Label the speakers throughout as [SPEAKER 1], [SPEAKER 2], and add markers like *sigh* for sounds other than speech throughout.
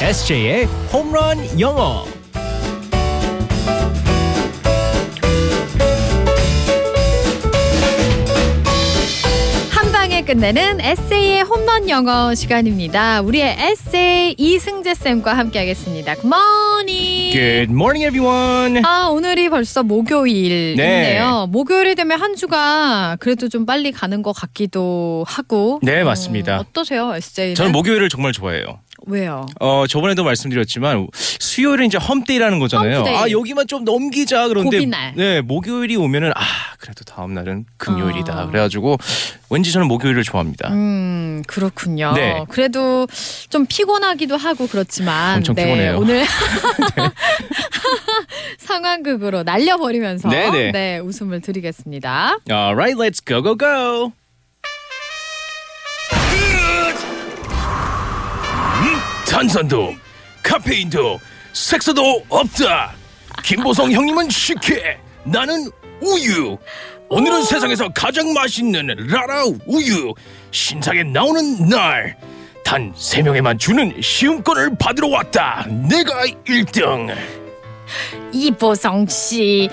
[SPEAKER 1] SJ의 홈런 영어.
[SPEAKER 2] 한 방에 끝내는 에세이의 홈런 영어 시간입니다. 우리의 에세이 이승재 쌤과 함께하겠습니다. Good morning.
[SPEAKER 1] Good morning, everyone.
[SPEAKER 2] 아 오늘이 벌써
[SPEAKER 1] 네.
[SPEAKER 2] 목요일인데요. 목요일이 되면 한 주가 그래도 좀 빨리 가는 것 같기도 하고.
[SPEAKER 1] 네, 맞습니다.
[SPEAKER 2] 음, 어떠세요, 에세이?
[SPEAKER 1] 저는 목요일을 정말 좋아해요.
[SPEAKER 2] 왜요?
[SPEAKER 1] 어 저번에도 말씀드렸지만 수요일은 이제 험데이라는 거잖아요.
[SPEAKER 2] 험데이.
[SPEAKER 1] 아 여기만 좀 넘기자 그런데
[SPEAKER 2] 고비날.
[SPEAKER 1] 네 목요일이 오면은 아 그래도 다음 날은 금요일이다.
[SPEAKER 2] 어.
[SPEAKER 1] 그래가지고 왠지 저는 목요일을 좋아합니다.
[SPEAKER 2] 음 그렇군요.
[SPEAKER 1] 네.
[SPEAKER 2] 그래도 좀 피곤하기도 하고 그렇지만
[SPEAKER 1] 엄청
[SPEAKER 2] 네,
[SPEAKER 1] 피곤해요.
[SPEAKER 2] 오늘
[SPEAKER 1] *laughs*
[SPEAKER 2] *laughs* 상황극으로 날려버리면서
[SPEAKER 1] 네, 네.
[SPEAKER 2] 네 웃음을 드리겠습니다.
[SPEAKER 1] Alright, let's go go go. 음, 탄산도 카페인도 색소도 없다. 김보성 형님은 식혜, 나는 우유. 오늘은 세상에서 가장 맛있는 라라 우유 신상에 나오는 날. 단 세 명에만 주는 시음권을 받으러 왔다. 내가 1등.
[SPEAKER 2] 이보성 씨,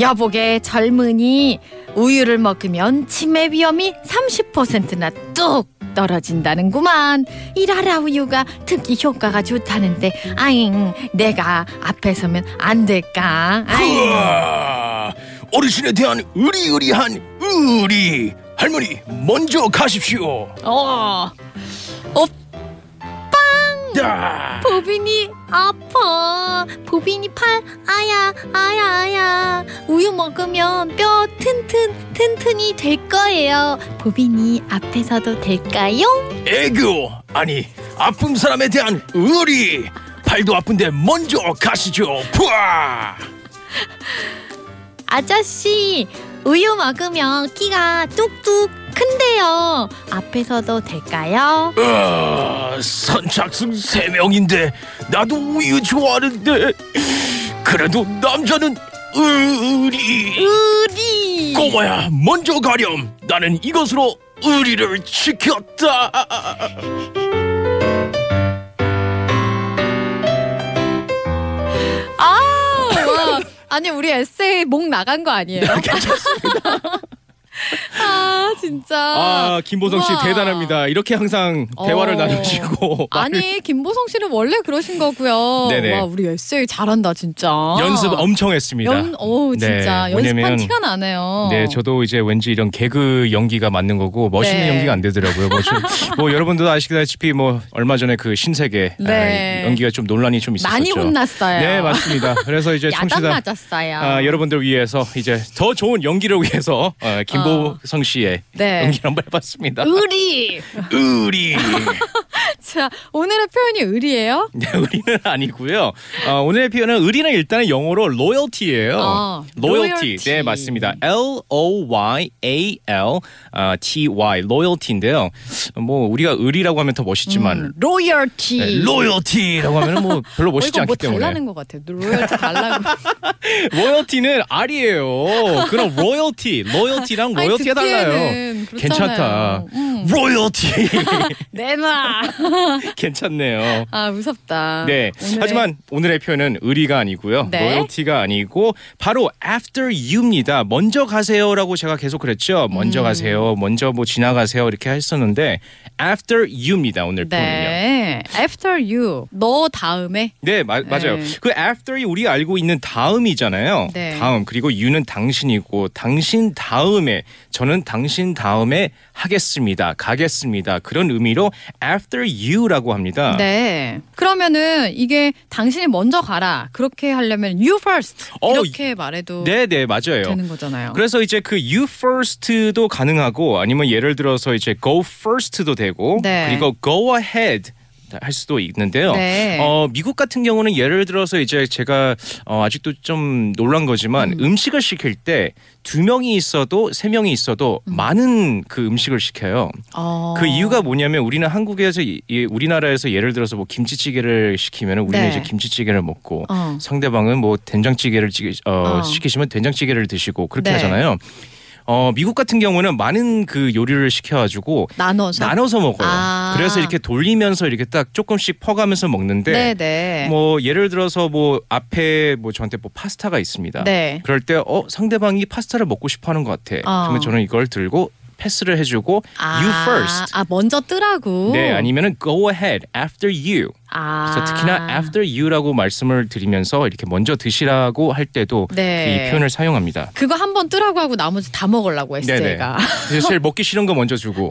[SPEAKER 2] 여보게 젊은이 우유를 먹으면 치매 위험이 30%나 뚝 떨어진다는구만. 이라라 우유가 특히 효과가 좋다는데, 아잉, 내가 앞에 서면 안 될까? 아잉.
[SPEAKER 3] 우와, 어르신에 대한 의리의리한 의리 할머니 먼저 가십시오
[SPEAKER 2] 어,
[SPEAKER 3] 야,
[SPEAKER 2] 보빈이 아파. 보빈이 팔, 아야, 아야, 아야. 우유 먹으면 뼈 튼튼, 튼튼이 될 거예요. 보빈이 앞에서도 될까요?
[SPEAKER 3] 애교 아니 아픈 사람에 대한 의리 팔도 아픈데 먼저 가시죠 푸아
[SPEAKER 2] 아저씨 우유 먹으면 키가 뚝뚝 큰데요 앞에서도 될까요?
[SPEAKER 3] 어, 선착순 세 명인데 나도 우유 좋아하는데 그래도 남자는 의리
[SPEAKER 2] 우리
[SPEAKER 3] 꼬마야 먼저 가렴 나는 이것으로 의리를 지켰다
[SPEAKER 2] 아 와. 아니 우리 에세이 목 나간 거 아니에요?
[SPEAKER 1] 네,
[SPEAKER 2] *laughs* 아 진짜
[SPEAKER 1] 아 김보성 씨
[SPEAKER 2] 우와.
[SPEAKER 1] 대단합니다. 이렇게 항상 대화를
[SPEAKER 2] 어.
[SPEAKER 1] 나누시고
[SPEAKER 2] *laughs* 아니 김보성 씨는 원래 그러신 거고요.
[SPEAKER 1] 네. 네네.
[SPEAKER 2] 와 우리 에세이 잘한다 진짜.
[SPEAKER 1] 연습 엄청 했습니다.
[SPEAKER 2] 연, 어. 오 진짜
[SPEAKER 1] 네,
[SPEAKER 2] 연습한
[SPEAKER 1] 왜냐면-
[SPEAKER 2] 티가 나네요.
[SPEAKER 1] 네, 저도 이제 왠지 이런 개그 연기가 맞는 거고 멋있는
[SPEAKER 2] 네.
[SPEAKER 1] 연기가 안 되더라고요. 뭐,
[SPEAKER 2] *laughs*
[SPEAKER 1] 좀- 뭐 여러분도 아시다시피 뭐 얼마 전에 그 신세계
[SPEAKER 2] 네.
[SPEAKER 1] 아, 연기가 좀 논란이 좀 있었죠.
[SPEAKER 2] 많이 혼났어요.
[SPEAKER 1] 네, 맞습니다. 그래서
[SPEAKER 2] *laughs*
[SPEAKER 1] 이제
[SPEAKER 2] 야단
[SPEAKER 1] 청취자
[SPEAKER 2] 맞았어요.
[SPEAKER 1] 아, 여러분들 위해서 이제 더 좋은 연기를 위해서 어, 김보성 씨의
[SPEAKER 2] 네.
[SPEAKER 1] 연기를 한번 해봤습니다.
[SPEAKER 2] 의리.
[SPEAKER 3] 의리
[SPEAKER 2] 자, 오늘의 표현이 의리예요?
[SPEAKER 1] *laughs* 네, 의리는 아니고요. 어, 오늘의 표현은 의리는 일단은 영어로 loyalty예요.
[SPEAKER 2] 아,
[SPEAKER 1] loyalty.
[SPEAKER 2] loyalty.
[SPEAKER 1] 네, 맞습니다. L O Y A L 어, T Y loyalty인데요. 뭐 우리가 의리라고 하면 더 멋있지만
[SPEAKER 2] 로열티.
[SPEAKER 1] 네, loyalty라고 하면 뭐 별로
[SPEAKER 2] 음, 어,
[SPEAKER 1] 멋있지
[SPEAKER 2] 이거 뭐
[SPEAKER 1] 않기 때문에.
[SPEAKER 2] 달라는 것 같아요. 로열티 달라고.
[SPEAKER 1] *laughs* loyalty는 R이에요. 그럼 royalty, loyalty랑
[SPEAKER 2] 아니,
[SPEAKER 1] royalty가 달라요.
[SPEAKER 2] 듣기에는 그렇잖아요.
[SPEAKER 1] 괜찮다.
[SPEAKER 2] 음,
[SPEAKER 1] royalty. *laughs*
[SPEAKER 2] 네, 내놔.
[SPEAKER 1] 괜찮네요.
[SPEAKER 2] 아 무섭다.
[SPEAKER 1] 네.
[SPEAKER 2] 오늘의-
[SPEAKER 1] 하지만 오늘의 표현은 의리가 아니고요.
[SPEAKER 2] 네.
[SPEAKER 1] 로열티가 아니고 바로 after you입니다. 먼저 가세요라고 제가 계속 그랬죠.
[SPEAKER 2] 음.
[SPEAKER 1] 먼저 가세요. 먼저 뭐 지나가세요 이렇게 했었는데 after you입니다. 오늘 표현은요.
[SPEAKER 2] 네.
[SPEAKER 1] 음,
[SPEAKER 2] After you. 너 다음에.
[SPEAKER 1] 네, 마- 맞아요.
[SPEAKER 2] 네.
[SPEAKER 1] 그 after이 우리가 알고 있는 다음이잖아요.
[SPEAKER 2] 네.
[SPEAKER 1] 다음 그리고 you는 당신이고 당신 다음에 저는 당신 다음에 하겠습니다. 가겠습니다. 그런 의미로 after you라고 합니다.
[SPEAKER 2] 네. 그러면은 이게 당신이 먼저 가라. 그렇게 하려면 you first
[SPEAKER 1] 어,
[SPEAKER 2] 이렇게 말해도
[SPEAKER 1] 네, 네, 맞아요.
[SPEAKER 2] 되는 거잖아요.
[SPEAKER 1] 그래서 이제 그 you first도 가능하고 아니면 예를 들어서 이제 go first도 되고
[SPEAKER 2] 네.
[SPEAKER 1] 그리고 go ahead 할 수도 있는데요.
[SPEAKER 2] 네.
[SPEAKER 1] 어, 미국 같은 경우는 예를 들어서 이제 제가 어, 아직도 좀 놀란 거지만 음. 식을 시킬 때 두 명이 있어도 세 명이 있어도 많은 그 음식을 시켜요.
[SPEAKER 2] 음. 어.
[SPEAKER 1] 그 이유가 뭐냐면 우리는 한국에서 이- 이- 우리나라에서 예를 들어서 뭐 김치찌개를 시키면 우리는
[SPEAKER 2] 네.
[SPEAKER 1] 이제 김치찌개를 먹고
[SPEAKER 2] 어.
[SPEAKER 1] 상대방은 뭐 된장찌개를 찌- 어,
[SPEAKER 2] 어.
[SPEAKER 1] 시키시면 된장찌개를 드시고 그렇게
[SPEAKER 2] 네.
[SPEAKER 1] 하잖아요. 어, 미국 같은 경우는 많은 그 요리를 시켜가지고
[SPEAKER 2] 나눠서.
[SPEAKER 1] 나눠서 먹어요.
[SPEAKER 2] 아.
[SPEAKER 1] 그래서 이렇게 돌리면서 이렇게 딱 조금씩 퍼가면서 먹는데
[SPEAKER 2] 네네.
[SPEAKER 1] 뭐 예를 들어서 뭐 앞에 뭐 저한테 뭐 파스타가 있습니다.
[SPEAKER 2] 네.
[SPEAKER 1] 그럴 때 어 상대방이 파스타를 먹고 싶어하는 것 같아.
[SPEAKER 2] 어.
[SPEAKER 1] 그러면 저는 이걸 들고 패스를 해주고
[SPEAKER 2] 아,
[SPEAKER 1] you first.
[SPEAKER 2] 아 먼저 뜨라고.
[SPEAKER 1] 네 아니면은 go ahead after you.
[SPEAKER 2] 아.
[SPEAKER 1] 그래서 특히나 after you라고 말씀을 드리면서 이렇게 먼저 드시라고 할 때도
[SPEAKER 2] 네.
[SPEAKER 1] 그 이 표현을 사용합니다.
[SPEAKER 2] 그거 한 번 뜨라고 하고 나머지 다 먹으려고
[SPEAKER 1] 네네.
[SPEAKER 2] 에세이가.
[SPEAKER 1] *laughs* 그래서 제일 먹기 싫은 거 먼저 주고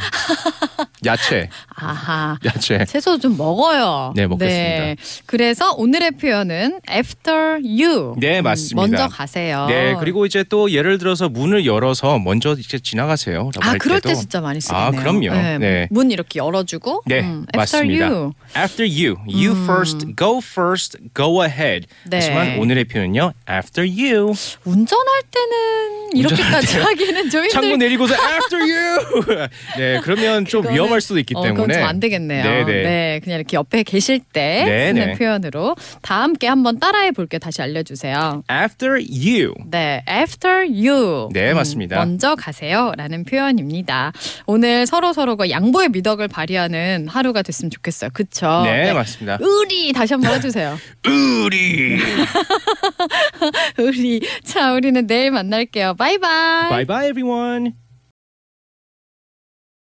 [SPEAKER 1] 야채
[SPEAKER 2] 아하.
[SPEAKER 1] 야채
[SPEAKER 2] 채소 좀 먹어요.
[SPEAKER 1] 네, 먹겠습니다.
[SPEAKER 2] 그래서 오늘의 표현은 after you.
[SPEAKER 1] 네,
[SPEAKER 2] 음,
[SPEAKER 1] 맞습니다.
[SPEAKER 2] 먼저 가세요.
[SPEAKER 1] 네 그리고 이제 또 예를 들어서 문을 열어서 먼저 이제 지나가세요라고
[SPEAKER 2] 아
[SPEAKER 1] 할
[SPEAKER 2] 그럴
[SPEAKER 1] 때도
[SPEAKER 2] 때 진짜 많이 쓰겠네요.
[SPEAKER 1] 아, 그럼요. 네.
[SPEAKER 2] 문 이렇게 열어주고.
[SPEAKER 1] 네,
[SPEAKER 2] 음, after
[SPEAKER 1] 맞습니다.
[SPEAKER 2] you. 음.
[SPEAKER 1] After you, you first, go first, go ahead.
[SPEAKER 2] 네.
[SPEAKER 1] 하지만 오늘의 표현은요, after you.
[SPEAKER 2] 운전할 때는 이렇게까지 하기는 좀
[SPEAKER 1] 창문
[SPEAKER 2] 힘들.
[SPEAKER 1] 내리고서 after you. *laughs* 네, 그러면 좀
[SPEAKER 2] 그거는-
[SPEAKER 1] 위험할 수도 있기
[SPEAKER 2] 어, 그건
[SPEAKER 1] 때문에.
[SPEAKER 2] 좀 안 되겠네요.
[SPEAKER 1] 네네.
[SPEAKER 2] 네, 그냥 이렇게 옆에 계실 때
[SPEAKER 1] 네,
[SPEAKER 2] 쓰는
[SPEAKER 1] 네.
[SPEAKER 2] 표현으로 다 함께 한번 따라해 볼게 요 다시 알려주세요.
[SPEAKER 1] After you.
[SPEAKER 2] 네, after you. 음,
[SPEAKER 1] 네, 맞습니다.
[SPEAKER 2] 먼저 가세요라는 표현입니다. 오늘 서로 서로가 양보의 미덕을 발휘하는 하루가 됐으면 좋겠어요. 그쵸?
[SPEAKER 1] 네, 맞습니다.
[SPEAKER 2] 우리 다시 한번
[SPEAKER 1] *laughs*
[SPEAKER 2] 해주세요.
[SPEAKER 3] 의리
[SPEAKER 2] 우리 자, 우리는 내일 만날게요. 바이바이.
[SPEAKER 1] Bye bye everyone.